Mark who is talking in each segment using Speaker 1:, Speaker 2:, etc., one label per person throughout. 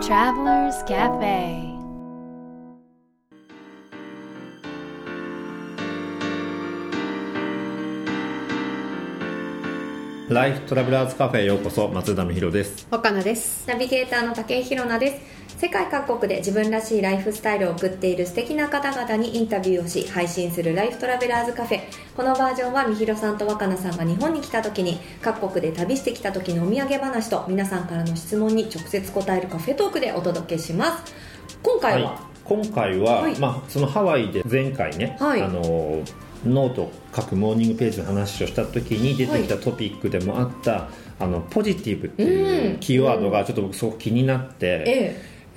Speaker 1: Travelers Cafe
Speaker 2: ライフトラベラーズカフェへようこそ松田美弘です
Speaker 3: 若菜です
Speaker 4: ナビゲーターの竹井宏奈です。世界各国で自分らしいライフスタイルを送っている素敵な方々にインタビューをし配信するライフトラベラーズカフェこのバージョンはみひろさんと若菜さんが日本に来た時に各国で旅してきた時のお土産話と皆さんからの質問に直接答えるカフェトークでお届けします今回は、
Speaker 2: 今回は、
Speaker 4: はい
Speaker 2: まあ、そのハワイで前回ね、
Speaker 4: はい
Speaker 2: あのノート書くモーニングページの話をした時に出てきたトピックでもあった、あのポジティブっていううんキーワードがちょっと僕すごく気になって、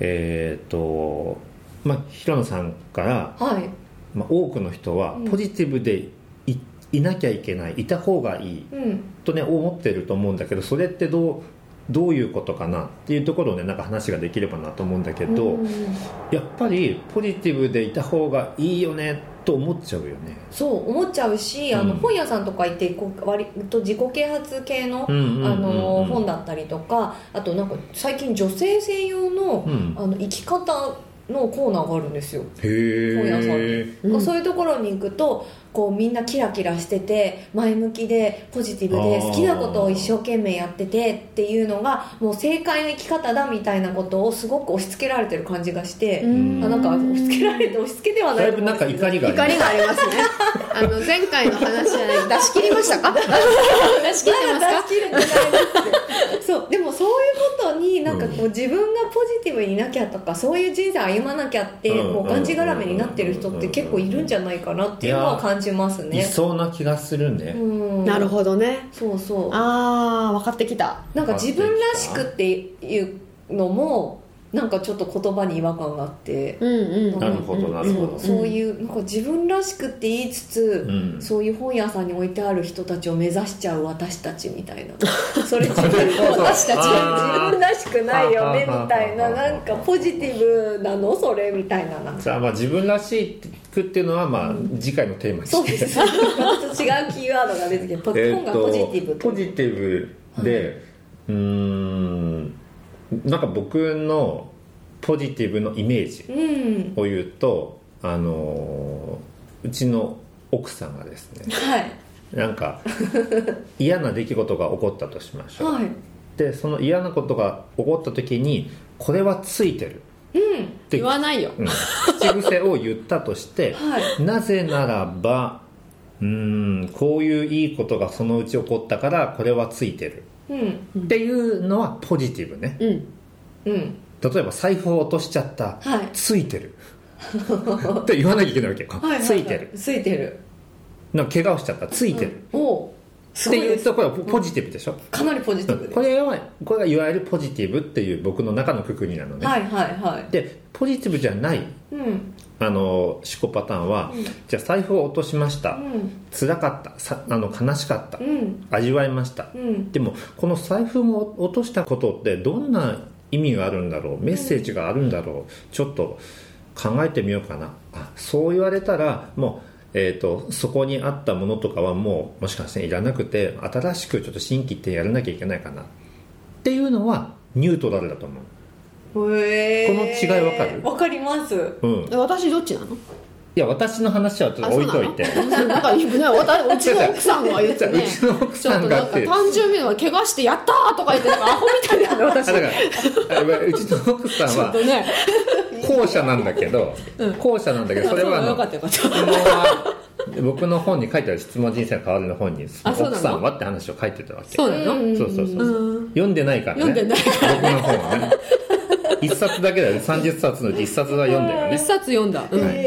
Speaker 4: え
Speaker 2: えーっとまあ平野さんから、
Speaker 4: えはい
Speaker 2: まあ、多くの人は
Speaker 4: うん
Speaker 2: ポジティブでい,、いなきゃいけないいた方がいい
Speaker 4: うん
Speaker 2: とね思ってると思うんだけどそれってどうどういうことかなっていうところをねなんか話ができればなと思うんだけど、
Speaker 4: うん
Speaker 2: やっぱりポジティブでいた方がいいよねと思っちゃうよね
Speaker 4: そう思っちゃうしあの、
Speaker 2: うん
Speaker 4: 本屋さんとか行ってこう割と自己啓発系の
Speaker 2: うんうんうんうん
Speaker 4: あの本だったりとかあとなんか最近女性専用の,、
Speaker 2: うん
Speaker 4: あの生き方のコーナーがあるんですよ、
Speaker 2: へ
Speaker 4: 本屋さん
Speaker 2: え
Speaker 3: うん
Speaker 4: そういうところに行くとこうみんなキラキラしてて前向きでポジティブ
Speaker 2: あ
Speaker 4: で
Speaker 2: ー
Speaker 4: 好きなことを一生懸命やっててっていうのがもう正解の生き方だみたいなことをすごく押し付けられてる感じがして、
Speaker 2: ん
Speaker 4: あなんか押し付けられて押し付けではない
Speaker 2: だいぶなんか怒りがある
Speaker 3: 怒りがありますねあの前回の話じゃない出し切りましたか出し切ってますか
Speaker 4: 出し切れてないです そうでもそういうことになんかこう自分がポジティブになきゃとかそういう人生歩まなきゃって
Speaker 2: うん
Speaker 4: こうがんじがらめになってる人って結構いるんじゃないかなっていうのは感じます
Speaker 2: い
Speaker 4: ね
Speaker 2: そうな気がするね、
Speaker 4: うん
Speaker 3: なるほどね
Speaker 4: そうそう
Speaker 3: あー分かってきた
Speaker 4: なんか自分らしくっていうのもなんかちょっと言葉に違和感があって、
Speaker 3: うんうん
Speaker 2: なるほどなるほど
Speaker 4: そうそういうなんか自分らしくって言いつつ、
Speaker 2: うん
Speaker 4: そういう本屋さんに置いてある人たちを目指しちゃう私たちみた いなそれ自
Speaker 2: なるほ
Speaker 4: 分
Speaker 2: ど
Speaker 4: 私たち
Speaker 2: あー
Speaker 4: は自分らしくないよねみたいな
Speaker 2: はあはあはあはあ
Speaker 4: なんかポジティブなのそれみたいななんか
Speaker 2: さあまあ自分らしくっていうのはまあ次回のテーマに
Speaker 4: そう
Speaker 2: し
Speaker 4: で
Speaker 2: て
Speaker 4: す また違うキーワードが出てきてポ
Speaker 2: え
Speaker 4: 本
Speaker 2: ー
Speaker 4: が
Speaker 2: っ
Speaker 4: ポ
Speaker 2: と
Speaker 4: ジティブ
Speaker 2: ポ
Speaker 4: と
Speaker 2: ジティブで、うーんなんか僕のポジティブのイメージ
Speaker 4: うん
Speaker 2: を言うとあのーうちの奥さんがですね
Speaker 4: はい
Speaker 2: なんか 嫌な出来事が起こったとしましょう、
Speaker 4: はい
Speaker 2: でその嫌なことが起こった時にこれはついてる、って
Speaker 3: 言わないよ
Speaker 2: うん口癖を言ったとして
Speaker 4: は
Speaker 2: なぜならばうーんこういういいことがそのうち起こったからこれはついてる
Speaker 4: うん
Speaker 2: っていうのはポジティブね
Speaker 3: うん
Speaker 4: うん
Speaker 2: 例えば財布を落としちゃった、
Speaker 4: はい
Speaker 2: ついてるって言わなきゃいけないわけよ、
Speaker 4: ははは
Speaker 2: ついてる
Speaker 4: ついてる
Speaker 2: なんか怪我をしちゃったついてる、
Speaker 4: おうす
Speaker 2: って
Speaker 4: ごい
Speaker 2: い
Speaker 4: で
Speaker 2: う
Speaker 4: す
Speaker 2: とこれはポジティブでしょ、
Speaker 4: かなりポジティブで
Speaker 2: これはこれがいわゆるポジティブっていう僕の中のくくりなのね、
Speaker 4: はいはいは
Speaker 2: でポジティブじゃない
Speaker 4: いうん
Speaker 2: あの思考パターンは、
Speaker 4: うん
Speaker 2: じゃあ財布を落としました、
Speaker 4: うん
Speaker 2: 辛かったさあの悲しかった、
Speaker 4: うん
Speaker 2: 味わいました、
Speaker 4: うん
Speaker 2: でもこの財布も落としたことってどんな意味があるんだろうメッセージがあるんだろう、ちょっと考えてみようかなあそう言われたらもうえー、とそこにあったものとかはもうもしかしていらなくて新しくちょっと新規ってやらなきゃいけないかなっていうのはニュートラルだと思
Speaker 4: へー
Speaker 2: この違いわかる
Speaker 4: わかります
Speaker 2: う、うん、い
Speaker 3: え私どっちなの
Speaker 2: や私の話はちょっと置いといて
Speaker 3: あそうなのなんかね私うちの奥さんは言ってね
Speaker 2: うちの奥
Speaker 3: ちょ
Speaker 2: さ
Speaker 3: っ
Speaker 2: ん
Speaker 3: と
Speaker 2: が
Speaker 3: な
Speaker 2: っ
Speaker 3: ん
Speaker 2: て
Speaker 3: か誕生日の怪我してやったーとか言ってなんかアホみ たいなの私
Speaker 2: あだからあうちの奥さん
Speaker 3: ちょっと
Speaker 2: は
Speaker 3: ね
Speaker 2: 後者なんだけど、後者なんだけどそれはあ
Speaker 3: あ
Speaker 2: の
Speaker 3: よかったよかった
Speaker 2: 質問は僕の本に書いてある質問人生の代わりの本にその
Speaker 3: あそうな
Speaker 2: 奥
Speaker 3: の
Speaker 2: さんはって話を書いてたわけ
Speaker 3: そうなの
Speaker 2: そうそうそう
Speaker 3: うん
Speaker 2: 読んでないからね
Speaker 3: 読んでないから
Speaker 2: 僕の本はね一冊だけだよね30冊のうち一冊は読んだよ
Speaker 3: 一
Speaker 2: ね、
Speaker 3: 冊読んだ、うん
Speaker 2: はい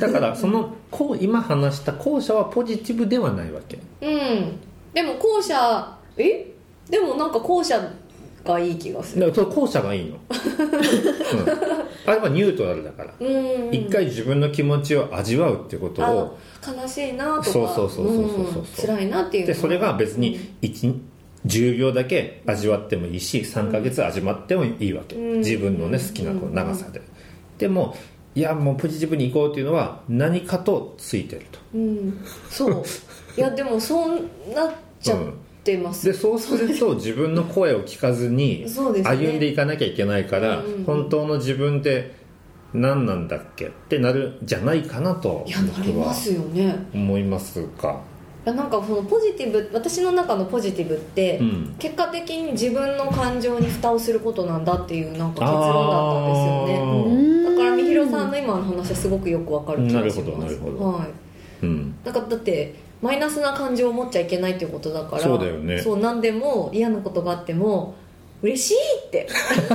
Speaker 2: だからそのこう今話した後者はポジティブではないわけ
Speaker 4: うんでも後者えでもなんか後者がいい気がする
Speaker 2: だからその後者が いいの、うん、あれはニュートラルだから
Speaker 4: うん
Speaker 2: 一回自分の気持ちを味わうってこと
Speaker 4: あ
Speaker 2: を
Speaker 4: の悲しいなとか
Speaker 2: そうそうそうそうそうそう
Speaker 4: うん辛いなっていう
Speaker 2: でそれが別に1 10秒だけ味わってもいいし3ヶ月味わってもいいわけ、
Speaker 4: うん
Speaker 2: 自分のね好きなこう長さで、でもいやもうポジティブにいこうっていうのは何かとついてると
Speaker 4: うんそういやでもそうなっちゃっってます
Speaker 2: でそうする と自分の声を聞かずに
Speaker 4: そうですね
Speaker 2: 歩んでいかなきゃいけないから、
Speaker 4: うんうんうん
Speaker 2: 本当の自分って何なんだっけってなるんじゃないかなと
Speaker 4: いやなり
Speaker 2: 僕
Speaker 4: ま
Speaker 2: は
Speaker 4: すよね
Speaker 2: 思いますか。
Speaker 4: いやなんかそのポジティブ私の中のポジティブって、
Speaker 2: うん
Speaker 4: 結果的に自分の感情に蓋をすることなんだっていうなんか結論だったんですよねだからみひろさんの今の話はすごくよくわかる気がします
Speaker 2: なるほどなるほど
Speaker 4: はい、
Speaker 2: うん
Speaker 4: なんかだってマイナスな感情を持っちゃいけないっていうことだから
Speaker 2: そうだよね
Speaker 4: そう何でも嫌なことがあっても嬉しいって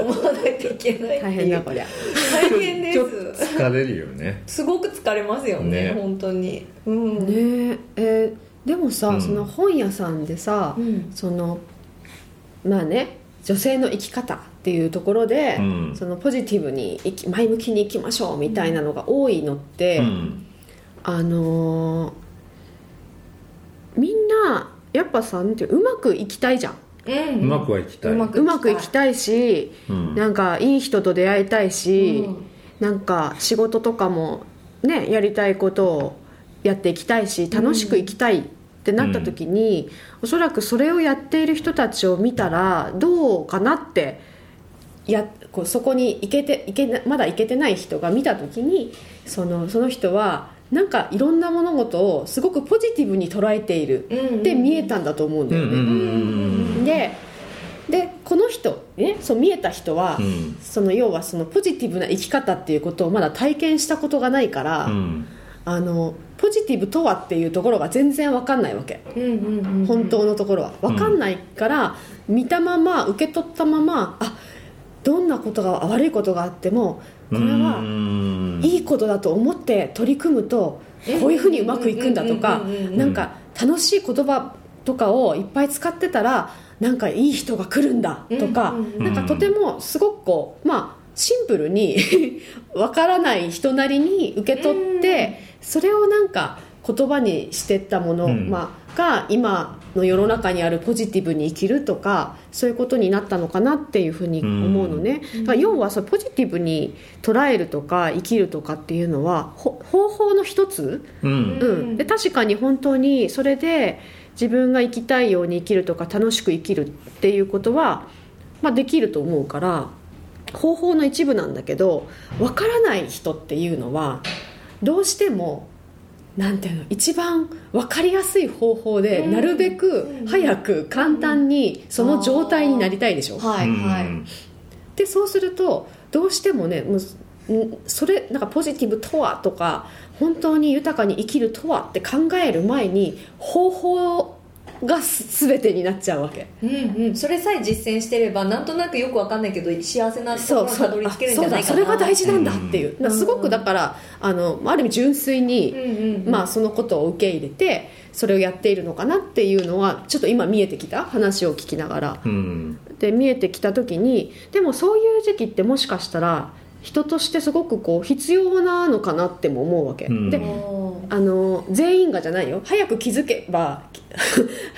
Speaker 4: 思わないといけないっていう
Speaker 3: 大変だこりゃ
Speaker 4: 大変で
Speaker 2: ちょっと
Speaker 4: す
Speaker 2: 疲れるよね
Speaker 4: すごく疲れますよ
Speaker 2: ね
Speaker 4: ね本当にうん、
Speaker 3: ねええーでもさ、
Speaker 2: うん
Speaker 3: その本屋さんでさ、
Speaker 4: うん
Speaker 3: そのまあね女性の生き方っていうところで、
Speaker 2: うん
Speaker 3: そのポジティブに生き前向きに生きましょうみたいなのが多いのって、
Speaker 2: うん
Speaker 3: あのーみんなやっぱさなんていううまく生きたいじゃん
Speaker 4: う
Speaker 2: うまくはいきたい、
Speaker 4: うまく
Speaker 3: うまく生きたいし、
Speaker 2: うん
Speaker 3: なんかいい人と出会いたいし、
Speaker 4: うん
Speaker 3: なんか仕事とかもねやりたいことをやっていきたいし楽しく生きたいってなった時に、おそらくそれをやっている人たちを見たらどうかなってやこうそこに行けて行けなまだ行けてない人が見た時にそのその人はなんかいろんな物事をすごくポジティブに捉えているって見えたんだと思うん
Speaker 2: う
Speaker 3: だ
Speaker 2: ん
Speaker 3: よ
Speaker 2: う
Speaker 3: ね。
Speaker 2: んうん
Speaker 3: ででこの人、ね、そう見えた人は、
Speaker 2: うん
Speaker 3: その要はそのポジティブな生き方っていうことをまだ体験したことがないから、
Speaker 2: うん
Speaker 3: あのポジティブとはっていうところが全然わかんないわけ、
Speaker 4: うんうんうんうん
Speaker 3: 本当のところはわかんないから、見たまま受け取ったままあどんなことが悪いことがあってもこれ
Speaker 2: う
Speaker 3: は
Speaker 2: ん
Speaker 3: いいことだと思って取り組むとこういうふうにうまくいくんだとか
Speaker 4: うんうんうんうんうん
Speaker 3: なんか楽しい言葉とかをいっぱい使ってたらなんかいい人が来るんだとか、
Speaker 4: うんうん
Speaker 2: うん
Speaker 3: なんかとてもすごくこうまあシンプルに わからない人なりに受け取ってそれをなんか言葉にしてったもの、
Speaker 2: うん
Speaker 3: まあ、が今の世の中にあるポジティブに生きるとかそういうことになったのかなっていうふうに思うのね、だから要はそのポジティブに捉えるとか生きるとかっていうのはほ方法の一つ、
Speaker 2: うん
Speaker 3: うん、で確かに本当にそれで自分が生きたいように生きるとか楽しく生きるっていうことは、まあ、できると思うから方法の一部なんだけどわからない人っていうのはどうしてもなんていうの一番わかりやすい方法で
Speaker 4: うん
Speaker 3: なるべく早く簡単にその状態になりたいでしょ。
Speaker 4: はいはい、
Speaker 2: うん
Speaker 3: でそうするとどうしてもねもうんそれなんかポジティブとはとか本当に豊かに生きるとはって考える前に方法がす全てになっちゃうわけ
Speaker 4: うんうん、それさえ実践してればなんとなくよくわかんないけど幸せなとこ
Speaker 3: そ
Speaker 4: ろ
Speaker 3: う
Speaker 4: に
Speaker 3: そ
Speaker 4: たど
Speaker 3: う
Speaker 4: り
Speaker 3: あ
Speaker 4: 着けるんじ
Speaker 3: そ
Speaker 4: ゃ
Speaker 3: う
Speaker 4: な
Speaker 3: だ
Speaker 4: いか
Speaker 3: そ
Speaker 4: な
Speaker 3: れが大事なんだっていうう、だからすごくだからあのある意味純粋に、
Speaker 4: うんうんうん
Speaker 3: まあ、そのことを受け入れてそれをやっているのかなっていうのはちょっと今見えてきた話を聞きながら
Speaker 2: うん
Speaker 3: で見えてきた時にでもそういう時期ってもしかしたら人としてすごくこう必要なのかなっても思うわけ、
Speaker 2: うん
Speaker 3: であの全員がじゃないよ早く気づけば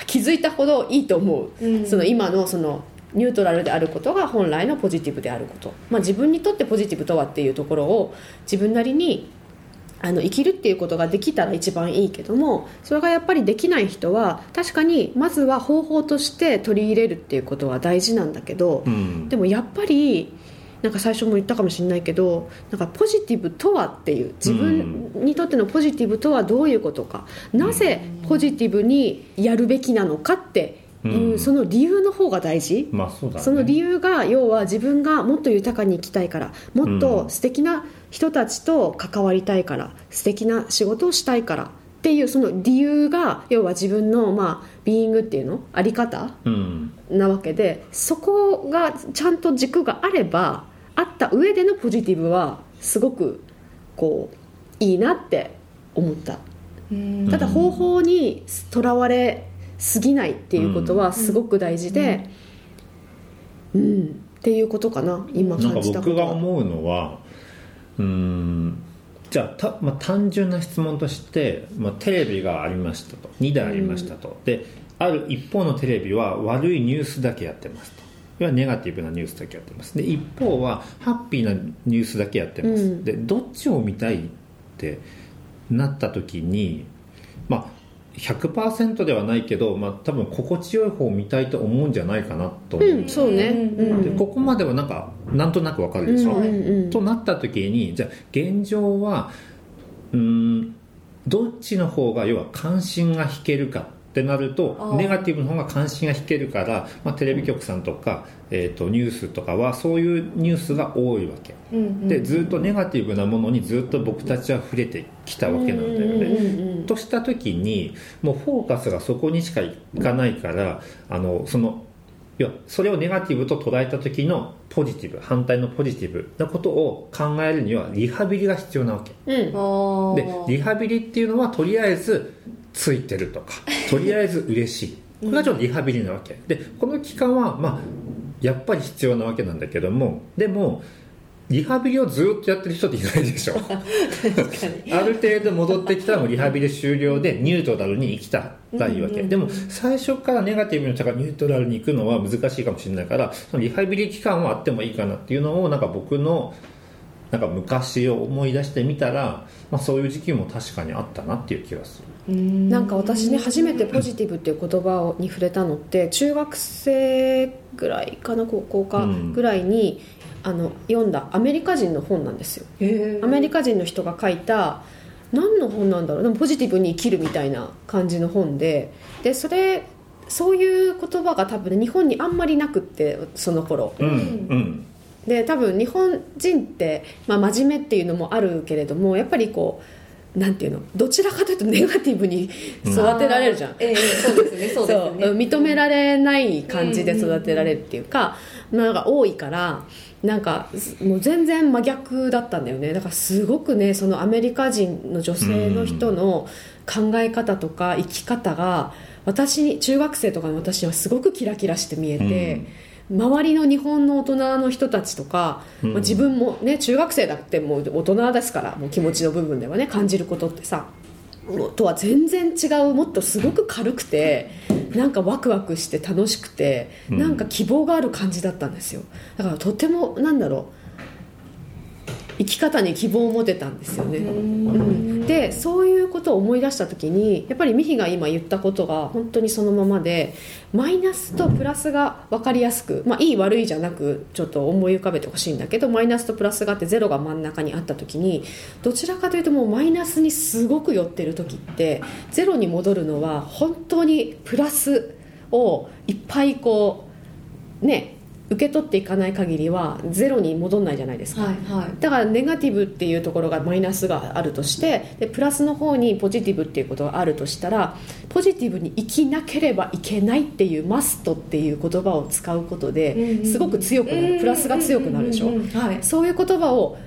Speaker 3: 気づいたほどいいと思う、
Speaker 4: うん
Speaker 3: その今のそのニュートラルであることが本来のポジティブであること、まあ、自分にとってポジティブとはっていうところを自分なりにあの生きるっていうことができたら一番いいけどもそれがやっぱりできない人は確かにまずは方法として取り入れるっていうことは大事なんだけど、
Speaker 2: うん
Speaker 3: でもやっぱりなんか最初も言ったかもしれないけどなんかポジティブとはっていう自分にとってのポジティブとはどういうことか、なぜポジティブにやるべきなのかっていう、
Speaker 2: うん
Speaker 3: その理由の方が大事、
Speaker 2: まあそうだね
Speaker 3: その理由が要は自分がもっと豊かに生きたいからもっと素敵な人たちと関わりたいから素敵な仕事をしたいからっていうその理由が要は自分のまあビーイングっていうのあり方
Speaker 2: うん
Speaker 3: なわけでそこがちゃんと軸があればあった上でのポジティブはすごくこういいなって思った
Speaker 4: うん
Speaker 3: ただ方法にとらわれすぎないっていうことはすごく大事でうん、っていうことかな
Speaker 2: な
Speaker 3: 今
Speaker 2: んか
Speaker 3: 感じたこ
Speaker 2: 僕
Speaker 3: と
Speaker 2: が
Speaker 3: は
Speaker 2: 思うのはうーんじゃあた、まあ、単純な質問として、まあ、テレビがありましたと2台ありましたと、である一方のテレビは悪いニュースだけやってますと要はネガティブなニュースだけやってますで一方はハッピーなニュースだけやってます、
Speaker 3: うん
Speaker 2: でどっちを見たいってなった時にまあ100%ではないけど、まあ、多分心地よい方を見たいと思うんじゃないかなと思う、
Speaker 3: うんそうね
Speaker 4: う
Speaker 3: うん
Speaker 2: でここまではなんかなんとなくわかるでしょ、
Speaker 3: うんうんうん
Speaker 2: となった時にじゃあ現状はうーんどっちの方が要は関心が引けるかってなる
Speaker 4: あ
Speaker 2: と
Speaker 4: ー
Speaker 2: ネガティブの方が関心が引けるから、まあ、テレビ局さんとか、えー、とニュースとかはそういうニュースが多いわけ
Speaker 4: うんうん
Speaker 2: でずっとネガティブなものにずっと僕たちは触れてきたわけなんだよね。
Speaker 3: ね
Speaker 2: とした時にもうフォーカスがそこにしかいかないからあのそのいやそれをネガティブと捉えた時のポジティブ反対のポジティブなことを考えるにはリハビリが必要なわけ
Speaker 3: うん
Speaker 4: あ
Speaker 2: で
Speaker 4: ー
Speaker 2: リハビリっていうのはとりあえずついてると かとりあえず嬉しいこれがちょっとリハビリなわけでこの期間はまあやっぱり必要なわけなんだけどもでもリハビリをずっとやってる人っていないでしょ
Speaker 4: 確かに
Speaker 2: ある程度戻ってきたらもうリハビリ終了でニュートラルに生きたらいいわけ、
Speaker 4: うんうんうん
Speaker 2: でも最初からネガティブの人がニュートラルに行くのは難しいかもしれないからそのリハビリ期間はあってもいいかなっていうのをなんか僕のなんか昔を思い出してみたら、まあ、そういう時期も確かにあったなっていう気がする
Speaker 4: うん
Speaker 3: なんか私ね初めてポジティブっていう言葉をに触れたのって中学生ぐらいかな高校か
Speaker 2: うん
Speaker 3: ぐらいに、あの読んだアメリカ人の本なんですよ
Speaker 4: へー
Speaker 3: アメリカ人の人が書いた何の本なんだろうでもポジティブに生きるみたいな感じの本ででそれそういう言葉が多分ね日本にあんまりなくってその頃
Speaker 2: うん
Speaker 4: う
Speaker 2: うん
Speaker 3: で多分日本人って、まあ、真面目っていうのもあるけれどもやっぱりこうなんていうのどちらかというとネガティブに育てられるじゃん、
Speaker 4: ええそうですねそうですね
Speaker 3: そう認められない感じで育てられるっていうか、なんか多いからなんかもう全然真逆だったんだよねだからすごくねそのアメリカ人の女性の人の考え方とか生き方が私に中学生とかの私にはすごくキラキラして見えて。周りの日本の大人の人たちとか、
Speaker 2: うん
Speaker 3: まあ自分もね中学生だってもう大人ですからもう気持ちの部分ではね感じることってさもうとは全然違うもっとすごく軽くてなんかワクワクして楽しくて
Speaker 2: うん
Speaker 3: なんか希望がある感じだったんですよだからとてもなんだろう生き方に希望を持てたんですよね、うん、でそういうことを思い出した時にやっぱりミヒが今言ったことが本当にそのままでマイナスとプラスが分かりやすく、まあ、いい悪いじゃなくちょっと思い浮かべてほしいんだけどマイナスとプラスがあってゼロが真ん中にあった時にどちらかというともうマイナスにすごく寄ってる時ってゼロに戻るのは本当にプラスをいっぱいこうね受け取っていかない限りはゼロに戻んないじゃないですか。
Speaker 4: はいはい
Speaker 3: だからネガティブっていうところがマイナスがあるとしてでプラスの方にポジティブっていうことがあるとしたらポジティブに生きなければいけないっていうマストっていう言葉を使うことですごく強くなるプラスが強くなるでしょ
Speaker 4: うんうんうんはい
Speaker 3: そういう言葉を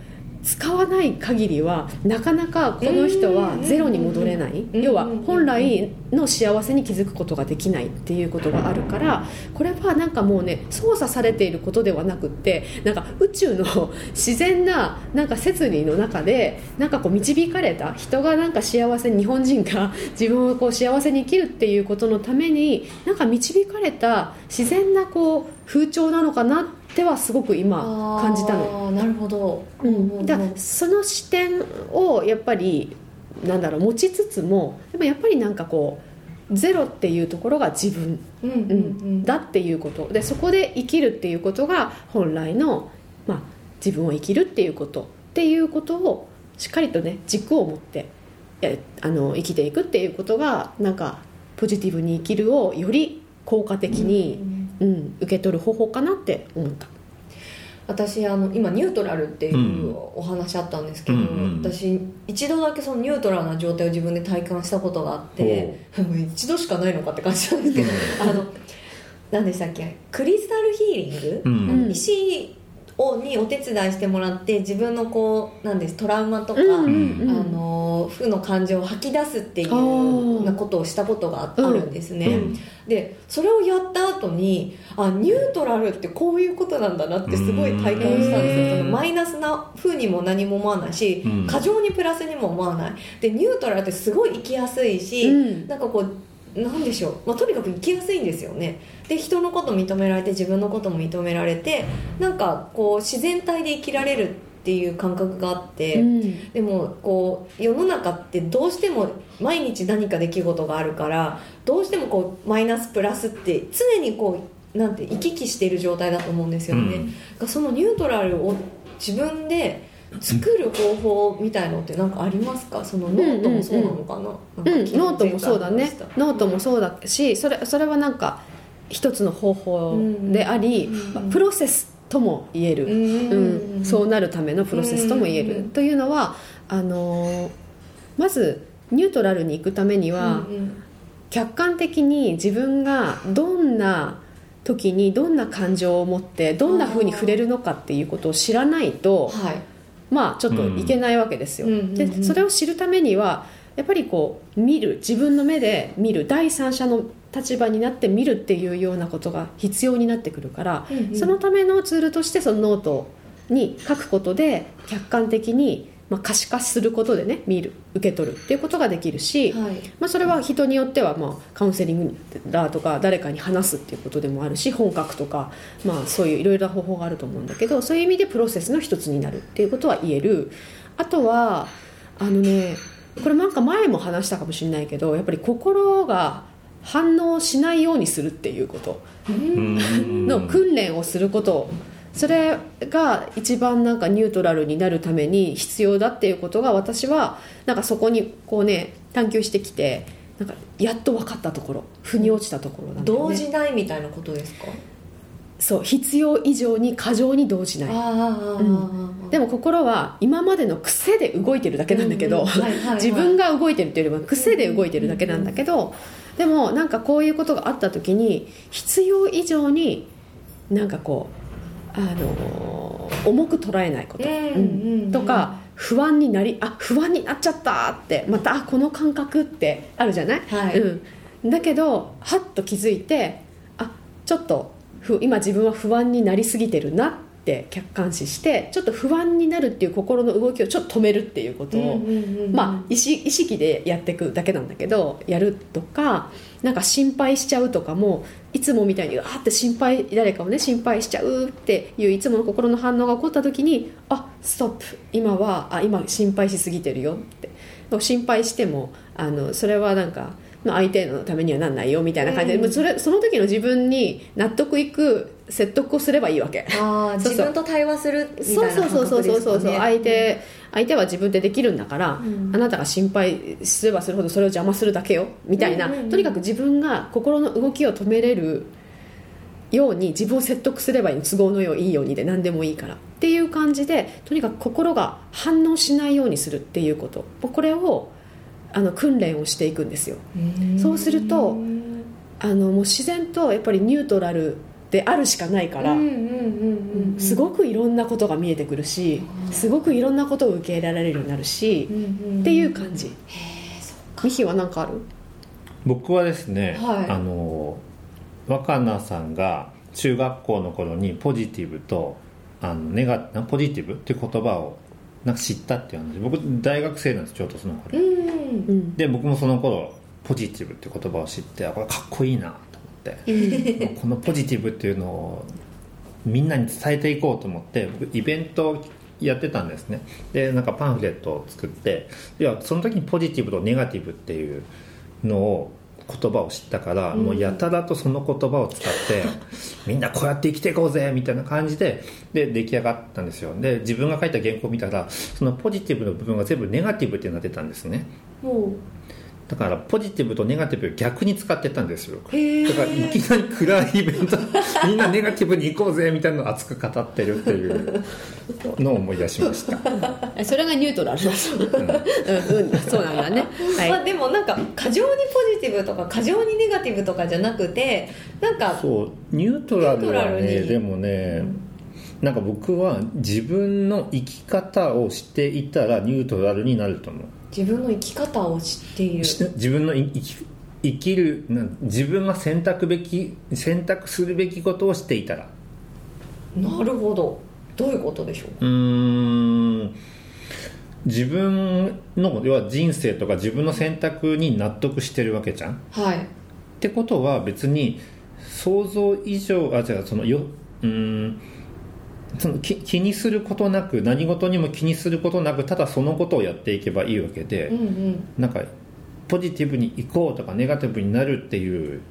Speaker 3: 使わない限りはなかなかこの人はゼロに戻れない
Speaker 4: うん
Speaker 3: 要は本来の幸せに気づくことができないっていうことがあるからこれはなんかもうね操作されていることではなくってなんか宇宙の自然ななんか摂理の中でなんかこう導かれた人がなんか幸せに日本人が 自分をこう幸せに生きるっていうことのためになんか導かれた自然なこう風潮なのかなってはすごく今感じたの。
Speaker 4: あーなるほど、
Speaker 3: うん、だ
Speaker 4: う
Speaker 3: か
Speaker 4: ん
Speaker 3: らその視点をやっぱりなんだろう持ちつつもでもやっぱりなんかこうゼロっていうところが自分
Speaker 4: うんうんうん
Speaker 3: だっていうことでそこで生きるっていうことが本来の、まあ、自分を生きるっていうことっていうことをしっかりとね軸を持ってえあの生きていくっていうことがなんかポジティブに生きるをより効果的に、うん、受け取る方法かなって思った。
Speaker 4: 私あの今ニュートラルっていううんお話あったんですけど、
Speaker 2: うんうん
Speaker 4: 私一度だけそのニュートラルな状態を自分で体感したことがあって、 一度しかないのかって感じなんですけど、あの何でしたっけクリスタルヒーリング、
Speaker 2: うん
Speaker 3: うん
Speaker 4: 石をにお手伝いしてもらって自分のこうなんですトラウマとか、
Speaker 2: うん
Speaker 4: あの負の感情を吐き出すってい
Speaker 3: あー
Speaker 4: うようなことをしたことがああ
Speaker 3: うん
Speaker 4: るんですね、
Speaker 2: うん
Speaker 4: でそれをやった後にあニュートラルってこういうことなんだなってすごい体感したんです
Speaker 3: うん
Speaker 4: よそのマイナスな風にも何も思わないし、
Speaker 2: うん
Speaker 4: 過剰にプラスにも思わないでニュートラルってすごい生きやすいし、
Speaker 3: うん
Speaker 4: なんかこうなんでしょう、まあ、とにかく生きやすいんですよねで人のこと認められて自分のことも認められてなんかこう自然体で生きられるっっていう感覚があって、
Speaker 3: うん
Speaker 4: でもこう世の中ってどうしても毎日何か出来事があるからどうしてもこうマイナスプラスって常にこうなんて行き来している状態だと思うんですよね、
Speaker 2: うん
Speaker 4: がそのニュートラルを自分で作る方法みたいのって何かありますかそのノートもそうなのか
Speaker 3: う
Speaker 4: な,、
Speaker 3: ん
Speaker 4: なんか聞いて
Speaker 3: ノートもそうだ
Speaker 4: 前
Speaker 3: ね
Speaker 4: 回ありました
Speaker 3: ノートもそうだしそれそれはなんか一つの方法であり、
Speaker 4: うん
Speaker 3: まあプロセスとも言える、
Speaker 4: うん
Speaker 3: うん、そうなるためのプロセスとも言え
Speaker 4: うんうんう
Speaker 3: る
Speaker 4: ん
Speaker 3: というのはあのーまずニュートラルに行くために
Speaker 4: う
Speaker 3: は、
Speaker 4: ん
Speaker 3: 客観的に自分がどんな時にどんな感情を持ってどんな風に触れるのかっていうことを知らないと
Speaker 4: はい
Speaker 3: まあちょっといけないわけですよ。
Speaker 4: うんうんうんうん
Speaker 3: でそれを知るためにはやっぱりこう見る自分の目で見る第三者の立場になって見るっていうようなことが必要になってくるから、そのためのツールとしてそのノートに書くことで客観的に、まあ、可視化することでね見る受け取るっていうことができるし、
Speaker 4: はい
Speaker 3: まあ、それは人によっては、まあ、カウンセリングだとか誰かに話すっていうことでもあるし本書くとか、まあ、そういういろいろな方法があると思うんだけどそういう意味でプロセスの一つになるっていうことは言えるあとはあのねこれなんか前も話したかもしれないけどやっぱり心が反応しないようにするっていうこと。の訓練をすることそれが一番なんかニュートラルになるために必要だっていうことが私はなんかそこにこうね探求してきてなんかやっと分かったところ腑に落ちたところなんだよ
Speaker 4: 動
Speaker 3: ね
Speaker 4: じないみたいなことですか、
Speaker 3: そう必要以上に過剰に動じない
Speaker 4: ああ、
Speaker 3: うんで
Speaker 4: も
Speaker 3: も心は今までの癖で動いてるだけなんだけど、自分
Speaker 4: が
Speaker 3: が動いてるっていうよりは癖で動いてるだけなんだけどでもなんかこういうことがあった時に必要以上になんかこうあのー重く捉えないこと、うんとか不安になりあ不安になっちゃったってまたあこの感覚ってあるじゃない、
Speaker 4: はい
Speaker 3: うん、だけどはっと気づいてあちょっとふ今自分は不安になりすぎてるなって客観視してちょっと不安になるっていう心の動きをちょっと止めるっていうことを、まあ、意識意識でやっていくだけなんだけどやるとかなんか心配しちゃうとかもいつもみたいにあーって心配誰かをね心配しちゃうっていういつもの心の反応が起こった時にあストップ今はあ今心配しすぎてるよってでも心配してもあのそれはなんかまあ相手のためにはなんないよみたいな感じで、
Speaker 4: うん
Speaker 3: もうそれその時の自分に納得いく説得をすればいいわけ。
Speaker 4: ああ
Speaker 3: そうそう
Speaker 4: 自分と対話するみたい
Speaker 3: そう
Speaker 4: な
Speaker 3: そうそうそうそうそう、
Speaker 4: 感覚ですかね
Speaker 3: 相手相手は自分でできるんだから、
Speaker 4: ん
Speaker 3: あなたが心配すればするほどそれを邪魔するだけよみたいな、
Speaker 4: うんうんうん
Speaker 3: とにかく自分が心の動きを止めれるように自分を説得すればいい都合のよいいようにで何でもいいからっていう感じでとにかく心が反応しないようにするっていうことこれをあの訓練をしていくんですよ。
Speaker 4: うん
Speaker 3: そうするとあのもう自然とやっぱりニュートラルであるしかないから、
Speaker 4: うんうんうんうんうん
Speaker 3: すごくいろんなことが見えてくるしすごくいろんなことを受け入れられるようになるし
Speaker 4: うんうん
Speaker 3: っていう感じ
Speaker 4: へーそ
Speaker 3: ミヒは何かある
Speaker 2: 僕はですね、
Speaker 4: はい
Speaker 2: あの若菜さんが中学校の頃にポジティブとあのネガなポジティブっていう言葉をなんか知ったっていう話僕大学生なんですちょうどその頃、
Speaker 4: ううん
Speaker 3: うん
Speaker 2: で僕もその頃ポジティブっていう言葉を知ってあこれかっこいいなと思ってもうこのポジティブっていうのをみんなに伝えていこうと思って僕イベントをやってたんですねでなんかパンフレットを作っていやその時にポジティブとネガティブっていうのを言葉を知ったから、もうやたらとその言葉を使ってみんなこうやって生きていこうぜみたいな感じでで出来上がったんですよで自分が書いた原稿を見たらそのポジティブの部分が全部ネガティブってなってたんですね
Speaker 4: も
Speaker 2: だからポジティブとネガティブを逆に使ってたんですよ
Speaker 4: うへえ
Speaker 2: だからいきなり暗いイベントみんなネガティブに行こうぜみたいなのを熱く語ってるっていうのを思い出しました、
Speaker 3: それがニュートラルだそう、うんうん、そうなんだね
Speaker 4: ま
Speaker 3: は
Speaker 4: あ、
Speaker 3: い
Speaker 4: でもなんか過剰にポジティブとか過剰にネガティブとかじゃなくてなんか
Speaker 2: そうニュートラルは
Speaker 4: ニュートラ
Speaker 2: ね
Speaker 4: ルに
Speaker 2: でもねなんか僕は自分の生き方をしていたらニュートラルになると思う
Speaker 4: 自分の生き方を知っている
Speaker 2: し自分のい生き生きるなん自分が選択べき選択するべきことをしていたら
Speaker 4: なるほどどういうことでしょ
Speaker 2: うーん自分の要は人生とか自分の選択に納得してるわけじゃんっ
Speaker 4: うはい
Speaker 2: てことは別に想像以上あ違うそのようーんそのき気にすることなく何事にも気にすることなくただそのことをやっていけばいいわけで、
Speaker 4: うんうん
Speaker 2: なんかポジティブに行こうとかネガティブになるっていう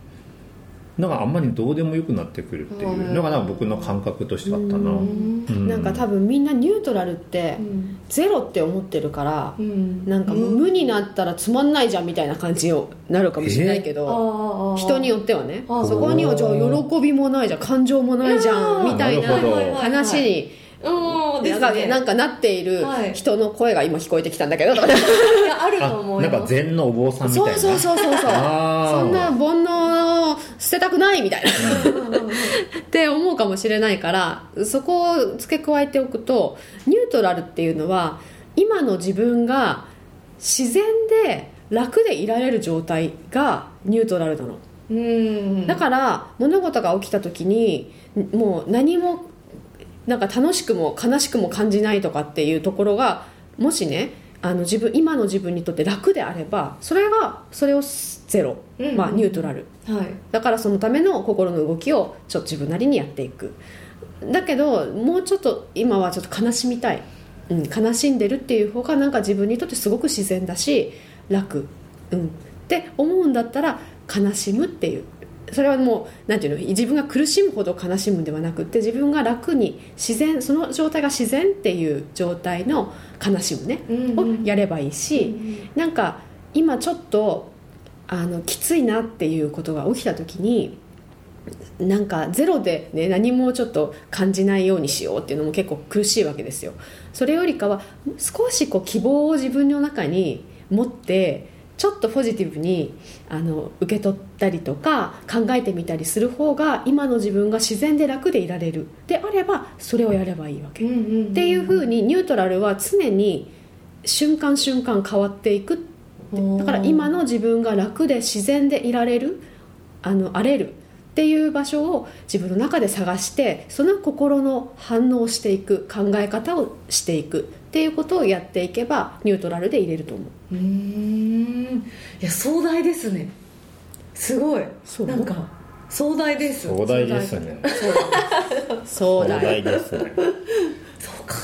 Speaker 2: のがあんまりどうでもよくなってくるっていうのがなんか僕の感覚としてあったな、
Speaker 4: う
Speaker 3: う
Speaker 4: ん
Speaker 2: うん
Speaker 3: なんか多分みんなニュートラルって
Speaker 4: うん
Speaker 3: ゼロって思ってるから
Speaker 4: うん
Speaker 3: なんかもう無になったらつまんないじゃんみたいな感じになるかもしれないけ
Speaker 4: あ
Speaker 3: ど、
Speaker 4: あああ
Speaker 3: 人によってはね
Speaker 4: あー
Speaker 3: そこにはじゃあ喜びもないじゃん感情もないじゃ
Speaker 4: うん
Speaker 3: んみたい
Speaker 2: なるほ
Speaker 3: な
Speaker 2: ど
Speaker 3: 話に
Speaker 4: うんで
Speaker 3: な
Speaker 4: す
Speaker 3: んか
Speaker 4: ね
Speaker 3: なんかなっている
Speaker 4: はい
Speaker 3: 人の声が今聞こえてきたんだ けどとかね
Speaker 4: いやあると思
Speaker 2: あ
Speaker 4: い
Speaker 2: なん
Speaker 4: ま
Speaker 2: か
Speaker 4: す
Speaker 2: 禅のお坊さんみたい
Speaker 3: そ
Speaker 2: な
Speaker 3: うそうそう そうそう
Speaker 2: あー
Speaker 3: そんな煩悩を捨てたくないみたいなって思うかもしれないからそこを付け加えておくとニュートラルっていうのは今の自分が自然で楽でいられる状態がニュートラルなの。
Speaker 4: うん
Speaker 3: だから物事が起きた時にもう何もなんか楽しくも悲しくも感じないとかっていうところがもしねあの自分今の自分にとって楽であればそれがそれをゼロ、
Speaker 4: うん
Speaker 3: まあ、ニュートラル
Speaker 4: はい
Speaker 3: だからそのための心の動きをちょっと自分なりにやっていくだけどもうちょっと今はちょっと悲しみたい、うん、悲しんでるっていう方がなんか自分にとってすごく自然だし楽、うん、って思うんだったら悲しむっていうそれはもうなんていうの自分が苦しむほど悲しむんではなくって自分が楽に自然その状態が自然っていう状態の悲しむね
Speaker 4: うん
Speaker 3: をやればいいし、なんか今ちょっとあのきついなっていうことが起きた時になんかゼロで、ね、何もちょっと感じないようにしようっていうのも結構苦しいわけですよそれよりかは少しこう希望を自分の中に持ってちょっとポジティブにあの受け取ったりとか考えてみたりする方が今の自分が自然で楽でいられるであればそれをやればいいわけ
Speaker 4: うんうん
Speaker 3: っていうふうにニュートラルは常に瞬間瞬間変わっていくって
Speaker 4: うん
Speaker 3: だから今の自分が楽で自然でいられるあの荒れるっていう場所を自分の中で探してその心の反応をしていく考え方をしていくっていうことをやっていけばニュートラルでいれると思う
Speaker 4: うーんいや壮大ですねすごい
Speaker 3: そう
Speaker 4: なんか壮大です
Speaker 2: 壮大ですね
Speaker 3: そうだよ
Speaker 2: ですね
Speaker 4: そうか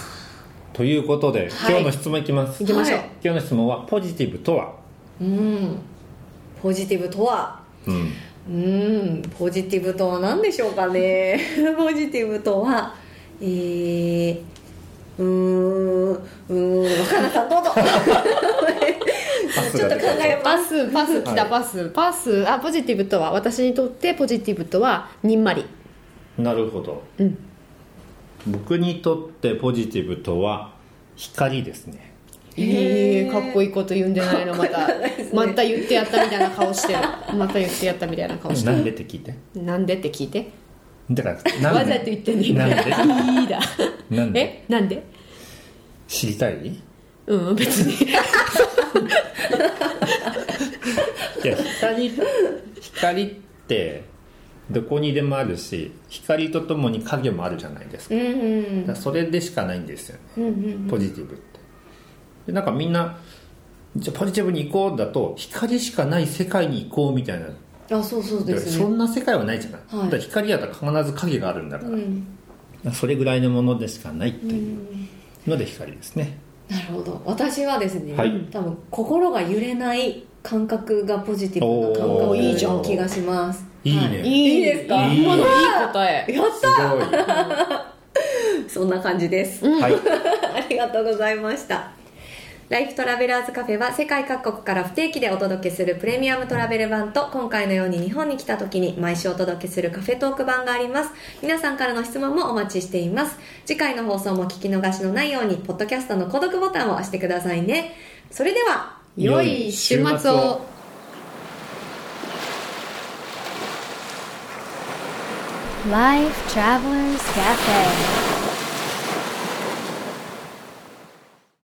Speaker 2: ということで今日の質問いきます、
Speaker 3: 行きましょう、
Speaker 4: はい
Speaker 2: 今日の質問はポジティブとは、
Speaker 4: うんポジティブとは
Speaker 2: うん、
Speaker 4: うんポジティブとは何でしょうかね ポジティブとはえー、うーんうーん若菜さんど うぞ
Speaker 2: パス
Speaker 4: ちょ
Speaker 2: が
Speaker 4: っと
Speaker 2: 出
Speaker 4: 考
Speaker 2: た
Speaker 4: えま
Speaker 3: パスパス来たパス、パスあポジティブとは私にとってポジティブとはにんまり
Speaker 2: なるほど、
Speaker 3: うん
Speaker 2: 僕にとってポジティブとは光ですね
Speaker 3: えー、かっこいいこと言うんじゃないのまた
Speaker 4: すね
Speaker 3: また言ってやったみたいな顔してるまた言ってやったみたいな顔して
Speaker 2: なんでって聞いて
Speaker 3: るなんでって聞いて
Speaker 2: だからな
Speaker 3: わ
Speaker 2: ん
Speaker 3: ざと言ってんねん
Speaker 2: な
Speaker 3: か
Speaker 2: ん
Speaker 3: ら
Speaker 2: で
Speaker 3: いいだ
Speaker 2: なんで
Speaker 3: えなんで
Speaker 2: 知りたいい
Speaker 3: うん別に
Speaker 2: や光光ってどこにでもあるし光とともに影もあるじゃないですか
Speaker 4: すうんうん
Speaker 2: だからそれでしかないんですよね
Speaker 4: うんうん
Speaker 2: ポジティブってでなんかみんなじゃあポジティブに行こうだと光しかない世界に行こうみたいな
Speaker 4: あそうそう
Speaker 2: で
Speaker 4: です
Speaker 2: そ
Speaker 4: ね
Speaker 2: んな世界はないじゃない、
Speaker 4: はい
Speaker 2: だから光やったら必ず影があるんだか
Speaker 4: う
Speaker 2: ら、
Speaker 4: ん
Speaker 2: それぐらいのものでしかないっていうので光ですね、
Speaker 4: なるほど私はですね、
Speaker 2: はい
Speaker 4: 多分心が揺れない感覚がポジティブな感
Speaker 2: おーいいじゃ
Speaker 4: 覚
Speaker 2: ん
Speaker 4: な気がします
Speaker 2: いいね
Speaker 4: は
Speaker 3: ね
Speaker 4: いいですか
Speaker 2: いい
Speaker 3: 今のいい答 え
Speaker 4: やっ
Speaker 2: すごい
Speaker 4: たそんな感じです
Speaker 2: はい、
Speaker 5: ありがとうございました。ライフトラベラーズカフェは世界各国から不定期でお届けするプレミアムトラベル版と今回のように日本に来た時に毎週お届けするカフェトーク版があります。皆さんからの質問もお待ちしています。次回の放送も聞き逃しのないように、ポッドキャストの購読ボタンを押してくださいね。それでは、
Speaker 3: 良い週
Speaker 2: 良い週
Speaker 3: 末
Speaker 2: 末
Speaker 3: を
Speaker 2: を
Speaker 1: Life Travelers Cafe.